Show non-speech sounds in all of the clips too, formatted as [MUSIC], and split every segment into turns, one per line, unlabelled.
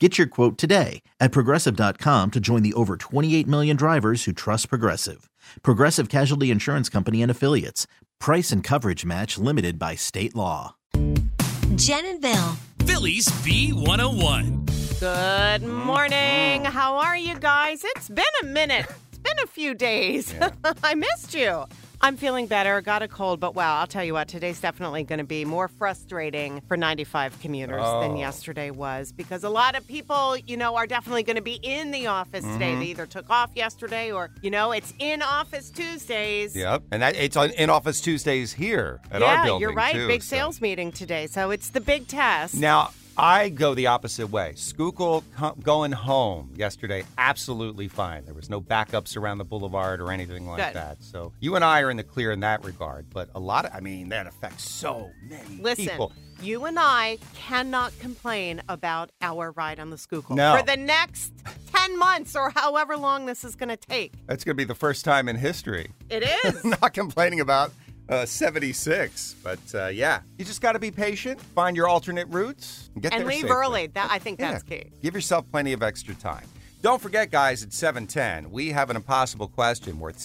Get your quote today at progressive.com to join the over 28 million drivers who trust Progressive. Progressive Casualty Insurance Company and Affiliates. Price and coverage match limited by state law.
Jen and Bill.
Phillies B101.
Good
Mm-hmm.
morning. How are you guys? It's been a minute. It's been a few days. [LAUGHS] I missed you. I'm feeling better. Got a cold, but wow, I'll tell you what, today's definitely going to be more frustrating for 95 commuters
Oh.
than yesterday was because a lot of people, you know, are definitely going to be in the office
Mm-hmm.
today. They either took off yesterday or, you know, it's in office Tuesdays.
Yep, and that, it's on in office Tuesdays here at
yeah,
our building.
you're right.
too,
Big
so.
sales meeting today. So it's the big test.
Now I go the opposite way. Schuylkill co- going home yesterday, absolutely fine. There was no backups around the boulevard or anything like
Good.
that. So you and I are in the clear in that regard. But a lot of, I mean, that affects so many
Listen,
people.
you and I cannot complain about our ride on the Schuylkill
No.
for the next 10 months or however long this is going to take.
That's going to be the first time in history. [LAUGHS]
It is.
Not complaining about. Uh, 76, but uh, yeah, you just got to be patient, find your alternate routes, and get
and
there
leave
safely.
early. That I think that's
Yeah.
key.
Give yourself plenty of extra time. Don't forget, guys, at 710, we have an impossible question worth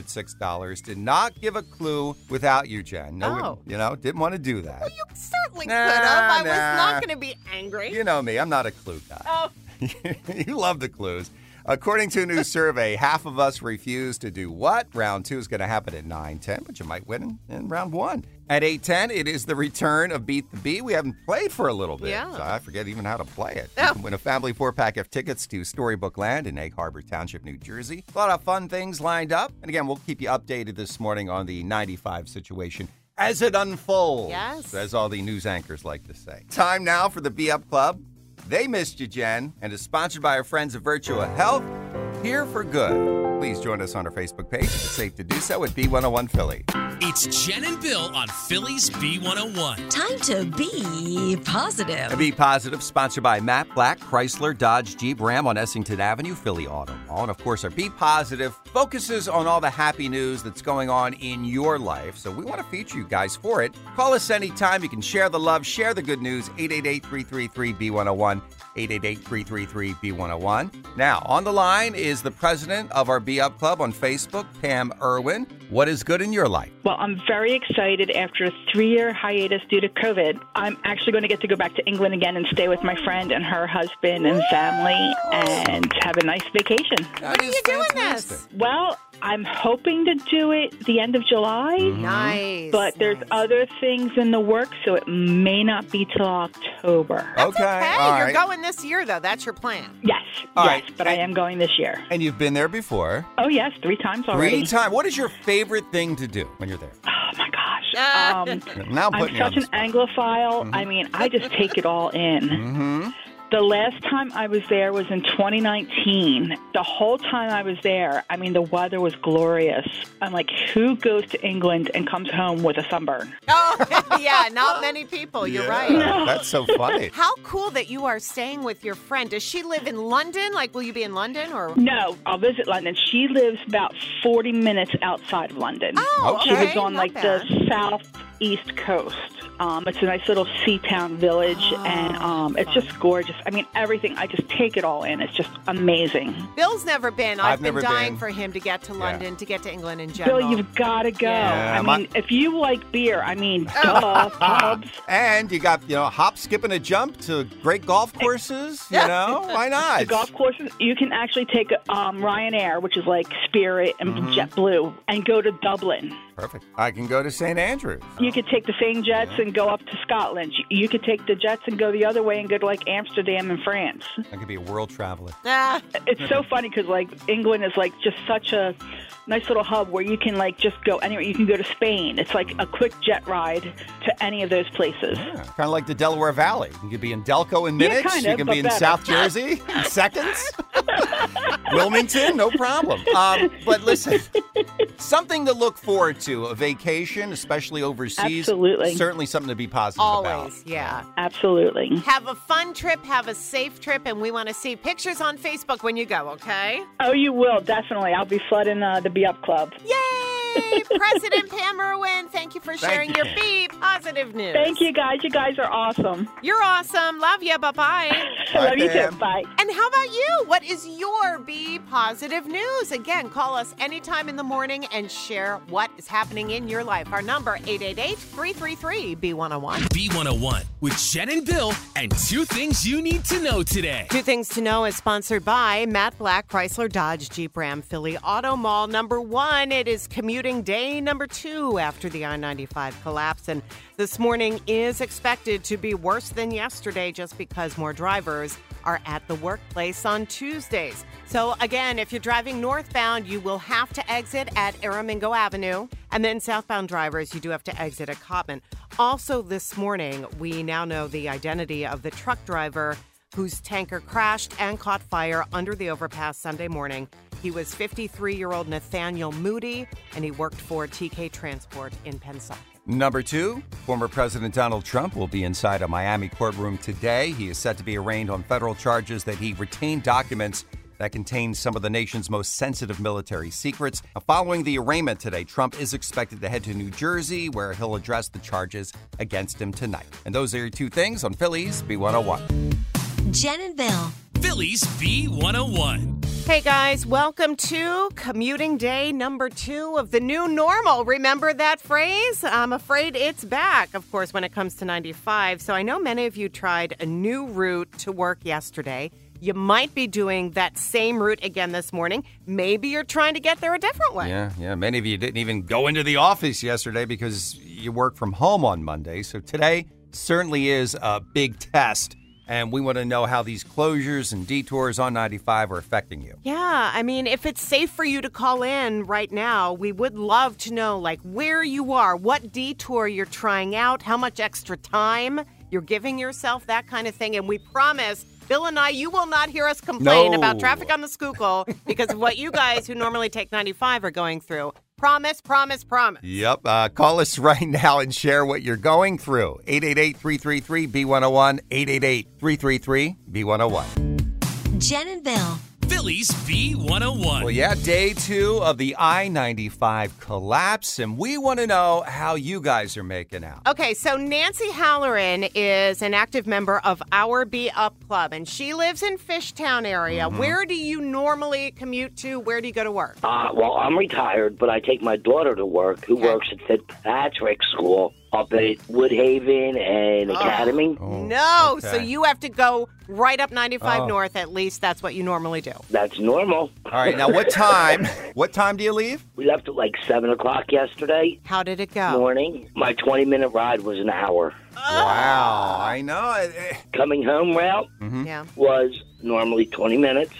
$606. Did not give a clue without you, Jen. No,
Oh.
you know, didn't want to do that.
You certainly
Nah,
could have. I
nah.
was not going to be angry.
You know me, I'm not a clue guy.
Oh.
[LAUGHS] you love the clues. According to a new survey, half of us refuse to do what? Round two is going to happen at 9:10, but you might win in, in round one. At 8:10, it is the return of Beat the Bee. We haven't played for a little bit.
Yeah. Oh.
so I forget even how to play it. You can win a family four-pack of tickets to Storybook Land in Egg Harbor Township, New Jersey. A lot of fun things lined up. And again, we'll keep you updated this morning on the 95 situation as it unfolds.
Yes.
As all the news anchors like to say. Time now for the Be Up Club. They missed you, Jen, and is sponsored by our friends at Virtua Health, here for good. Please join us on our Facebook page. It's safe to do so at B101 Philly.
It's Jen and Bill on Phillies B101.
Time to be
And
positive.
Be Positive, sponsored by Matt Black, Chrysler, Dodge, Jeep, Ram on Essington Avenue, Philly Auto Mall. And of course, our Be Positive focuses on all the happy news that's going on in your life. So we want to feature you guys for it. Call us anytime. You can share the love, share the good news. 888 333 B101. 888 333 B101. Now, on the line is the president of our Be Up Club on Facebook, Pam Irwin. What is good in your life?
Well, I'm very excited after a three year hiatus due to COVID. I'm actually going to get to go back to England again and stay with my friend and her husband and family and have a nice vacation.
That
are
is
you doing
fantastic.
this?
Well, I'm hoping to do it the end of July,
Mm-hmm.
Nice.
but there's
Mm-hmm. nice.
other things in the works, so it may not be till October.
Oh.
That's okay.
all
You're
right.
going this year though. That's
[LAUGHS]
your plan. [LAUGHS]
Yes,
All
yes,
right.
but I am going this year.
And you've been there before.
Oh, yes, three times already.
Three time. What is your favorite thing to do when you're there?
Oh, my gosh.
Ah.
Um,
Now I'm
I'm
putting
such
you
an
on the spot.
Anglophile.
Mm-hmm.
I mean, I just take it all in. The last time I was there was in 2019. The whole time I was there, I mean, the weather was glorious. I'm like, who goes to England and comes home with a sunburn?
Oh, yeah. Not many people. You're right.
Yeah, [LAUGHS] That's so funny.
How cool that you are staying with your friend. Does she live in London? Like, will you be in London or?
No, I'll visit London. She lives about 40 minutes outside of London.
Oh,
She
okay.
lives on
Not
like
bad.
the southeast coast. Um, it's a nice little sea town village, and um, it's just gorgeous. I mean, everything. I just take it all in. It's just amazing.
Bill's never been. I've,
I've
been
never
dying
been.
for him to get to London, to get to England in general.
Bill, you've got to go.
Yeah,
I
my-
mean, if you like beer, I mean, duh, pubs.
And you got, you know, hop, skip, and a jump to great golf courses. You know, why
[LAUGHS] The
not?
golf courses, you can actually take um, Ryanair, which is like Spirit and JetBlue, and go to Dublin.
Perfect. I can go to St. Andrews.
You could take the same jets and go up to Scotland. You- You could take the jets and go the other way and go to like Amsterdam and France.
I could be a world traveler.
[LAUGHS]
Ah,
It's so funny because like England is like just such a nice little hub where you can like just go anywhere. You can go to Spain. It's like a quick jet ride to any of those places.
Kind of like the Delaware Valley. You could be in Delco in minutes.
kind
you
of,
can
but
be in
better.
South
[LAUGHS]
Jersey in seconds. [LAUGHS] Wilmington, no problem. Um, but listen, something to look forward to a vacation, especially overseas.
Absolutely.
Certainly something to be positive about.
always, yeah.
Absolutely.
Have a fun trip. Have a safe trip, and we want to see pictures on Facebook when you go. Okay.
Oh, you will definitely. I'll be flooding uh, the Be Up Club. [LAUGHS]
Yay! President Pam Irwin, thank you for sharing
you.
your be positive news.
Thank you guys. You guys are awesome. [LAUGHS]
You're awesome. Love you. Bye bye.
Bye,
I love you
Pam.
too. Bye.
And how about you? What is your be positive news? Again, call us anytime in the morning and share what is happening in your life. Our number 888-333-B101.
B101 with Jen and Bill and two things you need to know today.
Two Things to Know is sponsored by Matt Black, Chrysler Dodge Jeep Ram Philly Auto Mall. Number one, it is commuting day number two after the I 95 collapse. And this morning is expected to be worse than yesterday just because more drivers are at the workplace on Tuesdays. So, again, if you're driving northbound, you will have to exit at Aramingo Avenue. And then southbound drivers, you do have to exit at Cotman. Also, this morning, we now know the identity of the truck driver whose tanker crashed and caught fire under the overpass Sunday morning. He was 53 year old Nathaniel Moody, and he worked for TK Transport in Pensacola.
Number two, former President Donald Trump will be inside a Miami courtroom today. He is set to be arraigned on federal charges that he retained documents that contain some of the nation's most sensitive military secrets. Now, following the arraignment today, Trump is expected to head to New Jersey, where he'll address the charges against him tonight. And those are your two things on Phillies B101.
Jen and Bill.
Phillies B101.
Hey guys, welcome to commuting day number two of the new normal. Remember that phrase? I'm afraid it's back, of course, when it comes to 95. So I know many of you tried a new route to work yesterday. You might be doing that same route again this morning. Maybe you're trying to get there a different way.
Yeah, yeah. Many of you didn't even go into the office yesterday because you work from home on Monday. So today certainly is a big test. And we want to know how these closures and detours on 95 are affecting you.
Yeah, I mean, if it's safe for you to call in right now, we would love to know like where you are, what detour you're trying out, how much extra time you're giving yourself, that kind of thing. And we promise, Bill and I, you will not hear us complain
No.
about traffic on the Schuylkill [LAUGHS] because of what you guys who normally take 95 are going through. Promise, promise, promise.
Yep. Uh, call us [LAUGHS] right now and share what you're going through. 888 333 B101, 888 333 B101.
Jen and Bill.
Phillies B101.
Well, yeah, day two of the I 95 collapse. And we want to know how you guys are making out.
Okay, so Nancy Halloran is an active member of Our Be Up Club, and she lives in Fishtown area. Where do you normally commute to? Where do you go to work?
Uh, well, I'm retired, but I take my daughter to work, who works at Fitzpatrick School up at Woodhaven and Academy.
Oh.
No, so
okay.
you have to go right up 95
Oh.
north. At least that's what you normally do.
That's normal.
All right,
[LAUGHS]
now what [LAUGHS] time? What time do you leave?
We left at like 7 o'clock yesterday
How did it go?
morning. My 20 minute ride was an hour.
Wow, I know. it- it-
Coming home route
Mm-hmm.
Yeah.
was normally 20 minutes,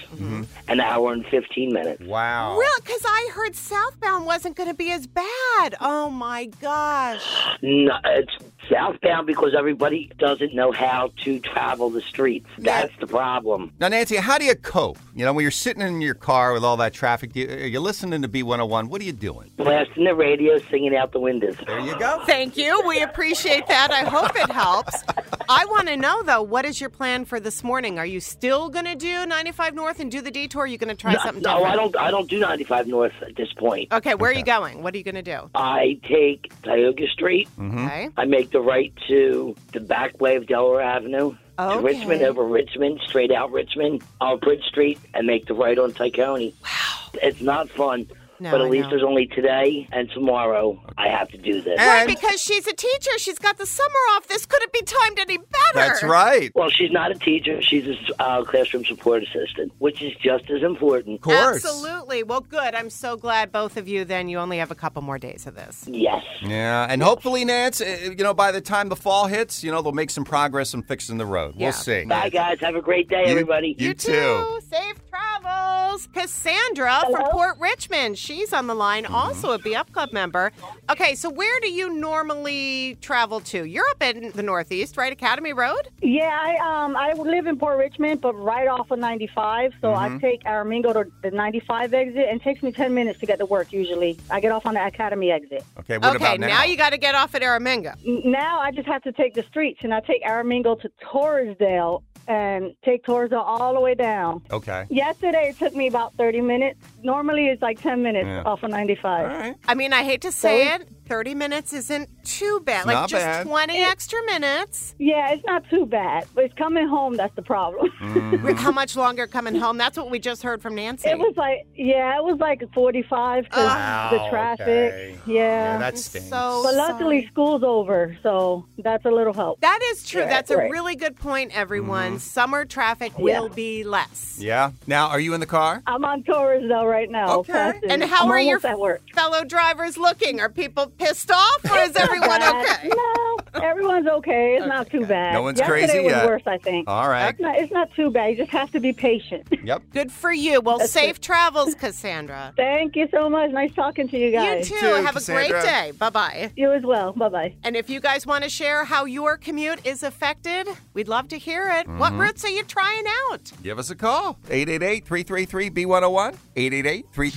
an hour and 15 minutes.
Wow.
Really? Because I heard southbound wasn't going to be as bad. Oh my gosh.
No, it's southbound because everybody doesn't know how to travel the streets. That's the problem.
Now, Nancy, how do you cope? You know, when you're sitting in your car with all that traffic, do you, are you listening to B101? What are you doing?
Blasting the radio, singing out the windows.
There you go.
Thank you. We appreciate that. I hope it helps. I want to know though, what is your plan for this morning? Are you still going to do 95 North and do the detour? Or are you going to try
No,
something
no,
different?
I don't. I don't do 95 North at this point.
Okay, where are you going? What are you going to do?
I take Tioga Street.
Mm-hmm.
Okay.
I make the right to the back way of Delaware Avenue. To
Okay.
Richmond over Richmond, straight out Richmond, out Bridge Street, and make the right on Tycone. Wow. It's not fun,
No,
but
I
at least
know.
there's only today and tomorrow I have to do this.
Why?
And-
Because she's a teacher. She's got the summer off. This couldn't be timed any better.
That's right.
Well, she's not a teacher. She's a uh, classroom support assistant, which is just as important.
Of course.
Absolutely. Well, good. I'm so glad both of you then. You only have a couple more days of this.
Yes.
Yeah, and hopefully, Nance, uh, you know, by the time the fall hits, you know, they'll make some progress in fixing the road.
Yeah.
We'll see.
Bye, guys. Have a great day,
You-
everybody.
You, too.
Safe travels. Cassandra from Port Richmond. She's on the line,
Mm-hmm.
also a Be Up Club member. Okay, so where do you normally travel to? You're up in the Northeast, right? Academy Road?
Yeah, I um I live in Port Richmond, but right off of 95. So I take Aramingo to the 95 exit, and it takes me 10 minutes to get to work. Usually, I get off on the Academy exit.
Okay, what
okay,
about now?
you got to get off at Aramingo.
N- Now I just have to take the streets, and I take Aramingo to Torresdale and take Torresdale all the way down.
okay.
Yesterday it took me about 30 minutes. Normally it's like 10 minutes
Yeah.
off of 95.
All right.
I mean, I hate to say it, 30 minutes isn't too bad. like
not
just
bad.
20 extra minutes.
Yeah, it's not too bad, but it's coming home that's the problem. [LAUGHS]
Mm. Mm-hmm.
How much longer coming home? That's what we just heard from Nancy.
It was like yeah, it was like 45 because
Wow,
the traffic.
Ah, okay.
Yeah.
that stinks.
so
But luckily,
sorry.
school's over, so that's a little help.
That is true.
Right,
That's a
right.
really good point, everyone. Summer traffic will be less.
yeah. Now, are you in the car?
I'm on tours though right now.
Okay.
classes.
And how
I'm
are your
almost at work?
fellow drivers looking? Are people pissed off or
[LAUGHS] Oh,
is everyone
Bad.
okay?
No, everyone's okay. It's not too bad.
No one's
Yesterday
crazy
was
yet.
worse, I think.
All right.
It's not, it's not too bad. You just have to be patient.
Yep.
Good for you. Well,
[LAUGHS]
safe travels, Cassandra.
Thank you so much. Nice talking to you
You
guys.
too.
too,
Have a
Cassandra.
great day. Bye bye.
You as well. Bye bye.
And if you guys want to share how your commute is affected, we'd love to hear it. What
Mm-hmm.
routes are you trying out?
Give us a call. 888-333-B101.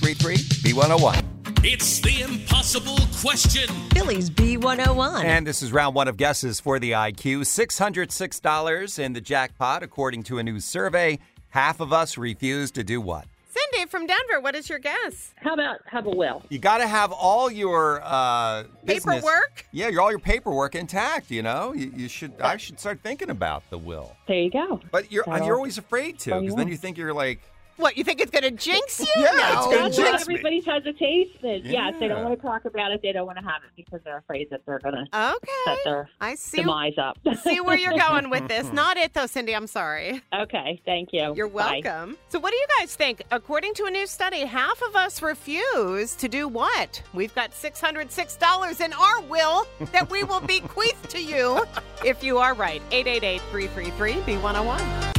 888-333-B101.
It's the impossible question.
Phillies B101.
And this is round one of guesses for the IQ. $606 in the jackpot, according to a new survey. Half of us refuse to do what?
Cindy from Denver, what is your guess?
How about have a well?
You got to have all your uh, business-
Paperwork?
Yeah, your all your paperwork intact. You know, you, you should. I should start thinking about the will.
There you go.
But you're
Well,
you're always afraid to
well,
because
you
then
are.
you think you're like,
What, you think it's going to jinx you?
yeah,
No.
it's gonna
That's why
jinx me.
everybody's hesitation. Yes, they
Yeah.
don't want to talk about it. They don't want to have it because they're afraid that they're gonna set
Okay.
their
I see.
demise up. [LAUGHS]
See where you're going with this. Not it though, Cindy. I'm sorry.
okay, thank you.
You're
Oh, Bye.
welcome. So, what do you guys think? According to a new study, half of us refuse to do what? We've got $606 in our will that we will bequeath to you if you are right. 888 333 B101.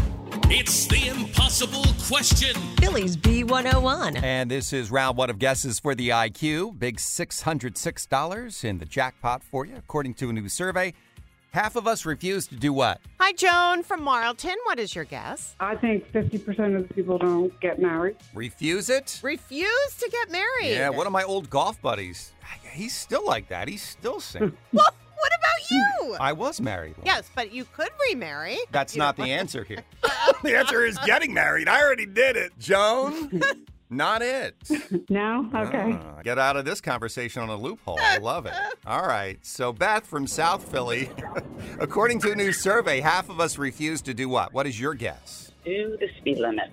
It's the impossible question.
Phillies B101.
And this is round one of guesses for the IQ. Big $606 in the jackpot for you, according to a new survey. Half of us refuse to do what?
Hi, Joan from Marlton. What is your guess?
I think 50% of the people don't get married.
Refuse it?
Refuse to get married.
Yeah, one of my old golf buddies. He's still like that. He's still single.
Well, [LAUGHS] what about you?
I was married. once.
Yes, but you could remarry.
That's not the answer
[LAUGHS]
here. [LAUGHS] the answer is getting married. I already did it.
[LAUGHS]
Joan, not it.
No?
[LAUGHS]
Okay.
Uh, get out of this conversation on a loophole. I love
[LAUGHS]
it. All right. So, Beth from South Philly, [LAUGHS] according to a new survey, half of us refuse to do what? What is your guess?
Do the speed limit.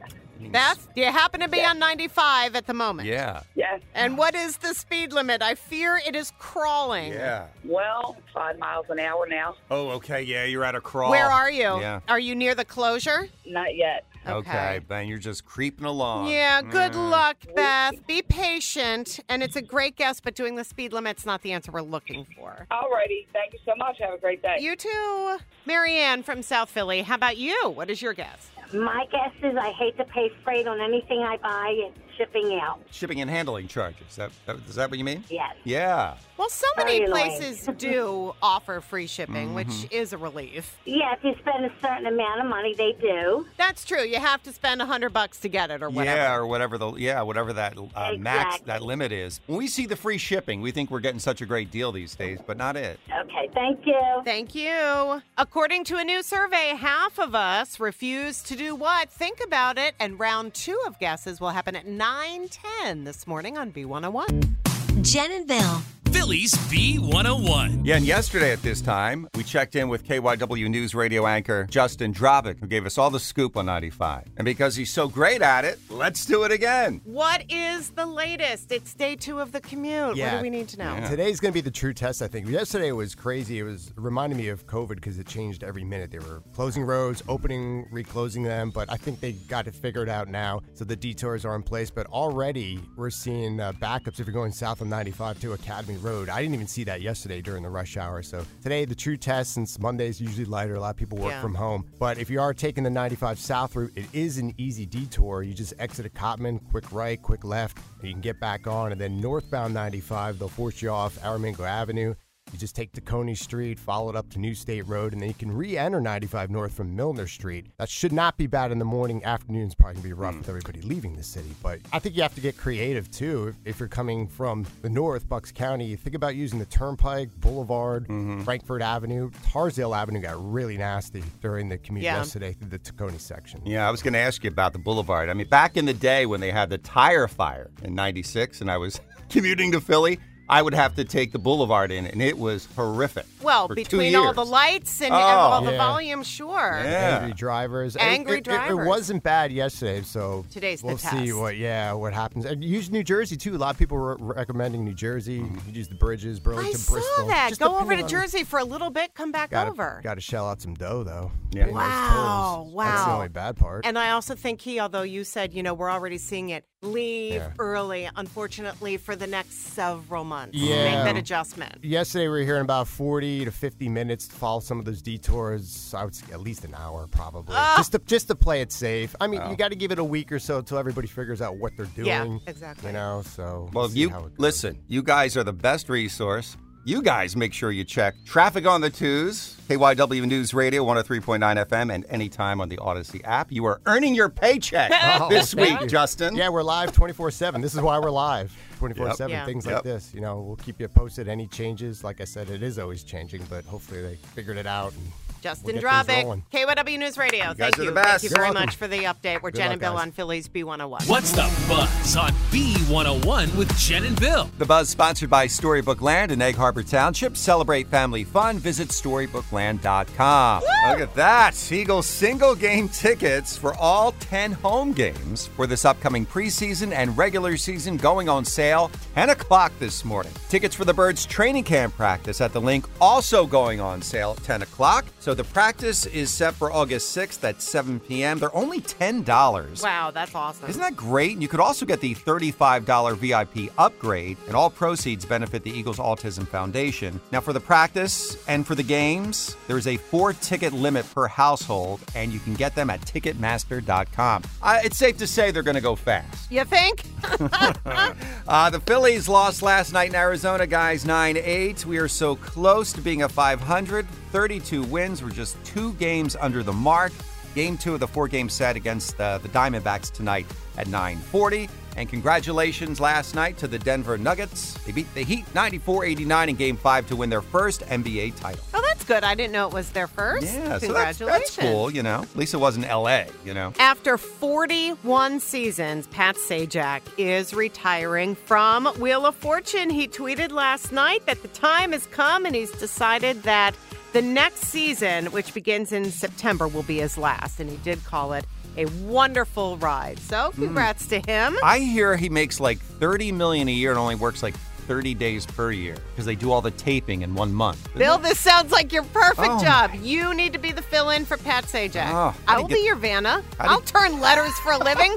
Beth, do you happen to be on 95 at the moment?
Yeah.
Yes.
And what is the speed limit? I fear it is crawling.
Yeah.
Well, five miles an hour now.
Oh, okay. Yeah, you're at a crawl.
Where are you?
Yeah.
Are you near the closure?
Not yet.
Okay. Ben, you're just creeping along.
Yeah, good
Mm.
luck, Beth. Be patient. And it's a great guess, but doing the speed limit's not the answer we're looking for.
Alrighty. Thank you so much. Have a great day.
You too. Marianne from South Philly, how about you? What is your guess?
My guess is I hate to pay freight on anything I buy, and shipping out.
Shipping and handling charges. That, that, is that what you mean?
Yes.
Yeah.
Well, so many
Very annoying.
places do offer free shipping, which
Mm-hmm.
is a relief.
Yeah, if you spend a certain amount of money, they do.
That's true. You have to spend a hundred bucks to get it, or whatever.
Yeah, or whatever the yeah whatever that uh, max that limit is. When we see the free shipping, we think we're getting such a great deal these days, but not it.
Okay, thank you.
Thank you. According to a new survey, half of us refuse to do what? Think about it. And round two of guesses will happen at 9:10 this morning on B101.
Jen and Bill.
Phillies B101.
Yeah, and yesterday at this time, we checked in with KYW News radio anchor Justin Drobick, who gave us all the scoop on 95. And because he's so great at it, let's do it again.
What is the latest? It's day two of the commute. What do we need to know?
Today's going to be the true test, I think. Yesterday was crazy. It was reminding me of COVID because it changed every minute. They were closing roads, opening, reclosing them, but I think they got it figured out now. So the detours are in place, but already we're seeing uh, backups if you're going south on 95 to Academy Road. I didn't even see that yesterday during the rush hour. So today, the true test, since Monday's usually lighter, a lot of people work
Yeah.
from home. But if you are taking the 95 south route, it is an easy detour. You just exit at Cotman, quick right, quick left, and you can get back on. And then northbound 95, they'll force you off Aramingo Avenue. You just take to Coney Street, follow it up to New State Road, and then you can re enter 95 north from Milner Street. That should not be bad in the morning. Afternoon's probably going to be rough with everybody leaving the city. But I think you have to get creative too. If- If you're coming from the north, Bucks County, think about using the Turnpike, Boulevard, Frankfurt Avenue. Tarsdale Avenue got really nasty during the commute
Yeah.
yesterday through the Tacony section.
Yeah, I was going to ask you about the boulevard. I mean, back in the day when they had the tire fire in 96 and I was [LAUGHS] commuting to Philly, I would have to take the boulevard in, and it was horrific.
Well,
for two
between all
years.
the lights and, and
Oh.
all the
Yeah.
volume, sure.
Angry drivers. It-
Angry
it, it-
drivers.
It, wasn't bad yesterday, so
Today's the
we'll see
test.
what yeah what happens. And use New Jersey too. A lot of people were recommending New Jersey. You could use the bridges, Burlington,
Mm-hmm. I saw
Bristol.
that.
Just
Go over
depending
to
on-
Jersey for a little bit, come back
Gotta,
over.
Got to shell out some dough though.
Yeah.
Wow, Oh, wow.
That's the only bad part.
And I also think he, although you said, you know, we're already seeing it, leave
Yeah.
early, unfortunately, for the next several months.
Yeah.
Make that adjustment.
Yesterday we were hearing about 40 to 50 minutes to follow some of those detours. I would say at least an hour probably.
Ah.
Just to just to play it safe. I mean,
Wow.
you got to give it a week or so until everybody figures out what they're doing.
Yeah, exactly.
You know, so
Well,
see
you
how it
listen. You guys are the best resource. You guys make sure you check traffic on the twos, KYW News Radio 103.9 FM, and anytime on the Odyssey app. You are earning your
[LAUGHS]
paycheck
Oh,
this
thank
week,
you.
Justin.
Yeah, we're live 24 7. This is why we're live 24 7.
Yep. Yeah.
Things
Yep.
like this. You know, we'll keep you posted. Any changes, like I said, it is always changing, but hopefully they figured it out. And
Justin
get things
Drobick,
rolling.
KYW News Radio.
You guys
Thank
are
you.
the
Thank
best.
you
You're
very
welcome.
much for the update. We're
Good
Jen
luck,
and Bill
guys.
on Phillies B101.
What's the buzz on B101 with Jen and Bill?
The Buzz sponsored by Storybook Land in Egg Harbor Township. Celebrate family fun. Visit storybookland.com. Look at that. Seagull single game tickets for all 10 home games for this upcoming preseason and regular season going on sale 10 o'clock this morning. Tickets for the Birds training camp practice at the link also going on sale at 10 o'clock. So the practice is set for August 6th at 7 p.m. They're only $10.
Wow, that's awesome.
Isn't that great? And you could also get the $35 VIP upgrade, and all proceeds benefit the Eagles Autism Foundation. Now, for the practice and for the games, there's a four ticket limit per household, and you can get them at Ticketmaster.com. Uh, it's safe to say they're going to go fast.
You think?
Uh, the Phillies lost last night in Arizona, guys, 9 8. We are so close to being a 500. 32 wins. We're just two games under the mark. Game two of the four game set against uh, the Diamondbacks tonight at 940. And congratulations last night to the Denver Nuggets. They beat the Heat 94 89 in game five to win their first NBA title.
Oh, that's good. I didn't know it was their first.
Yeah, so that's, that's
Congratulations.
cool, you know. At least it wasn't LA, you know.
After 41 seasons, Pat Sajak is retiring from Wheel of Fortune. He tweeted last night that the time has come and he's decided that the next season, which begins in September, will be his last. And he did call it a wonderful ride. So, congrats to him.
Hmm. I hear he makes like 30 million a year and only works like 30 days per year because they do all the taping in one month.
Bill, this sounds like your perfect
Oh,
job. You need to be the fill in for Pat Sajak.
Oh, how
I
do
will
you
be
get-
your Vanna.
how do you-
I'll turn letters for
[LAUGHS]
a living.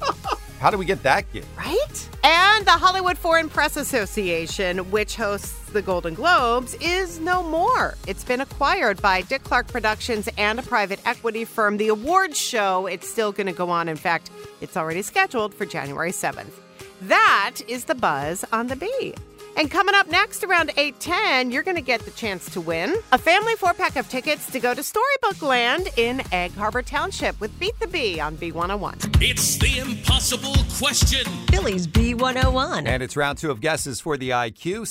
How do we get that gig?
Right? And the Hollywood Foreign Press Association, which hosts the Golden Globes, is no more. It's been acquired by Dick Clark Productions and a private equity firm. The awards show, it's still going to go on. In fact, it's already scheduled for January 7th. That is the buzz on the bee. And coming up next around 8:10, you're going to get the chance to win a family four-pack of tickets to go to Storybook Land in Egg Harbor Township with Beat the Bee on B101.
It's the impossible question.
Phillies B101.
And it's round two of guesses for the IQ.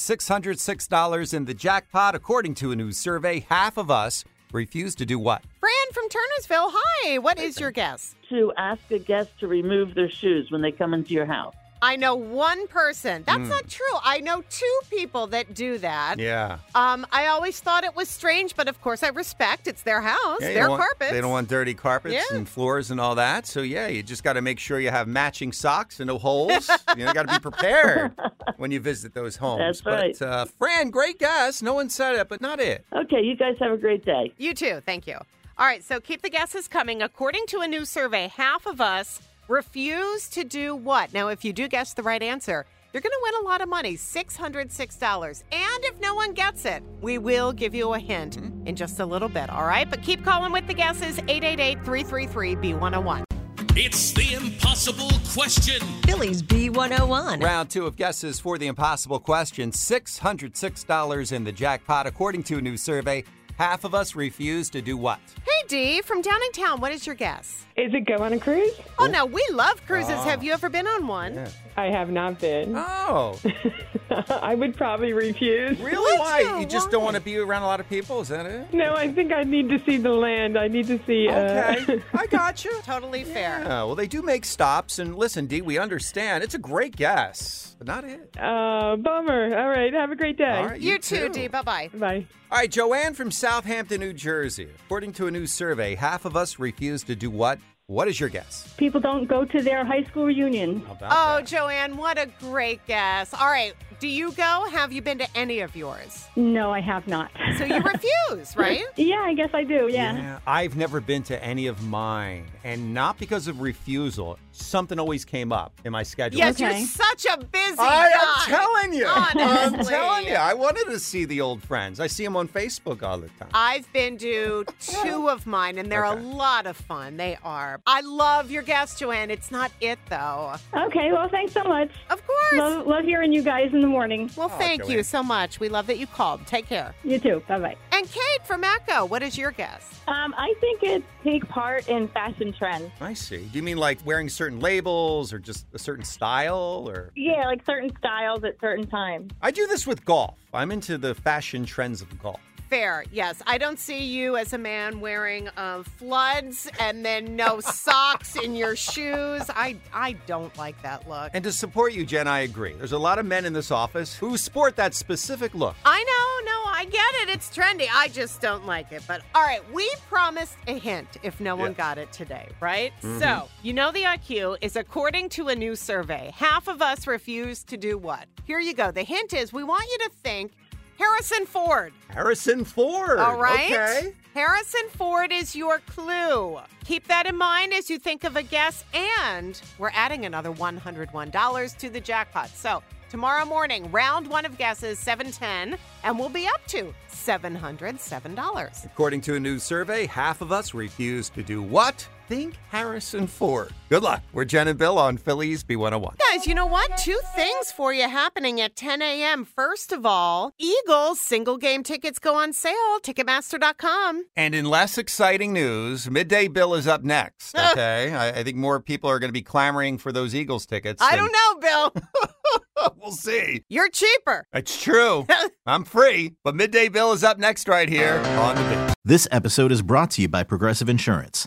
$606 in the jackpot. According to a new survey, half of us refuse to do what?
Fran from Turnersville, hi. What is your guess?
To ask a guest to remove their shoes when they come into your house.
I know one person. That's
Mm.
not true. I know two people that do that.
Yeah.
Um, I always thought it was strange, but of course I respect it's their house,
Yeah, you
their
don't want-
carpets.
They don't want dirty carpets
Yeah.
and floors and all that. So yeah, you just got to make sure you have matching socks and no holes. you know,
[LAUGHS]
got to be prepared when you visit those homes.
That's
but
right.
uh, Fran, great guess. No one said it, but not it.
Okay, you guys have a great day.
You too. Thank you. All right, so keep the guesses coming. According to a new survey, half of us refuse to do what? Now, if you do guess the right answer, you're going to win a lot of money $606. And if no one gets it, we will give you a hint in just a little bit, all right? But keep calling with the guesses 888 333 B101.
It's the impossible question.
Phillies B101.
Round two of guesses for the impossible question $606 in the jackpot. According to a new survey, half of us refuse to do what?
Hey, Dee, from Downingtown, what is your guess?
Is it go on a cruise?
Oh, now we love cruises.
Ah.
Have you ever been on one?
I have not been.
Oh,
[LAUGHS] I would probably refuse.
[LAUGHS] really?
Would
Why?
you?
You just don't want to be around a lot of people? Is that it?
No, I think I need to see the land. I need to see. Uh,
[LAUGHS] Okay. I got you.
Totally fair.
Yeah, well, they do make stops. And listen, Dee, we understand. It's a great guess, but not it.
[LAUGHS] uh, bummer. All right. Have a great day.
All right,
You, too, Dee. Bye bye.
Bye.
All right, Joanne from Southampton, New Jersey. According to a new survey, half of us refuse to do what? What is your guess?
People don't go to their high school reunion.
How about
Oh,
that?
Joanne, what a great guess. All right, do you go? Have you been to any of yours?
No, I have not.
[LAUGHS]
So you
[LAUGHS]
refuse, right?
yeah, I guess I do. Yeah.
I've never been to any of mine, and not because of refusal. Something always came up in my schedule.
Yes,
Okay.
you're such a busy
I am
guy.
telling you. I'm
Honestly.
telling you. I wanted to see the old friends. I see them on Facebook all the time.
I've been to two of mine, and they're
Okay.
a lot of fun. They are. I love your guess, Joanne. It's not it, though.
Okay. Well, thanks so much.
Of course.
Love, love hearing you guys in the morning.
well,
Oh,
thank you
Joanne.
so much. We love that you called. Take care.
You too. Bye bye.
And Kate from Echo, what is your guess?
Um, I think it's take part in fashion trends.
I see. Do you mean like wearing certain labels or just a certain style or
Yeah, like certain styles at certain times.
I do this with golf. I'm into the fashion trends of golf.
Fair, yes. I don't see you as a man wearing um, floods and
[LAUGHS]
then no socks in your shoes. I I don't like that look.
And to support you, Jen, I agree. There's a lot of men in this office who sport that specific look.
I know, no, I get it. It's trendy. I just don't like it. But all right, we promised a hint if no one
Yeah. Mm-hmm.
got it today, right? So, you know, the IQ is according to a new survey. Half of us refuse to do what? Here you go. The hint is we want you to think Harrison Ford.
Harrison Ford.
All right.
Okay.
Harrison Ford is your clue. Keep that in mind as you think of a guess, and we're adding another $101 to the jackpot. So, tomorrow morning, round one of guesses, 710, and we'll be up to $707.
According to a new survey, half of us refuse to do what? Think Harrison Ford. Good luck. We're Jen and Bill on Phillies B101.
Guys, you know what? Two things for you happening at 10 a.m. First of all, Eagles single game tickets go on sale, Ticketmaster.com.
And in less exciting news, Midday Bill is up
[LAUGHS]
next. Okay. I, I think more people are going to be clamoring for those Eagles tickets.
I
[LAUGHS]
don't know, Bill.
know. we'll see.
[LAUGHS] You're cheaper.
It's
[LAUGHS]
true. I'm free, but Midday Bill is up next right here on the Biz.
This episode is brought to you by Progressive Insurance.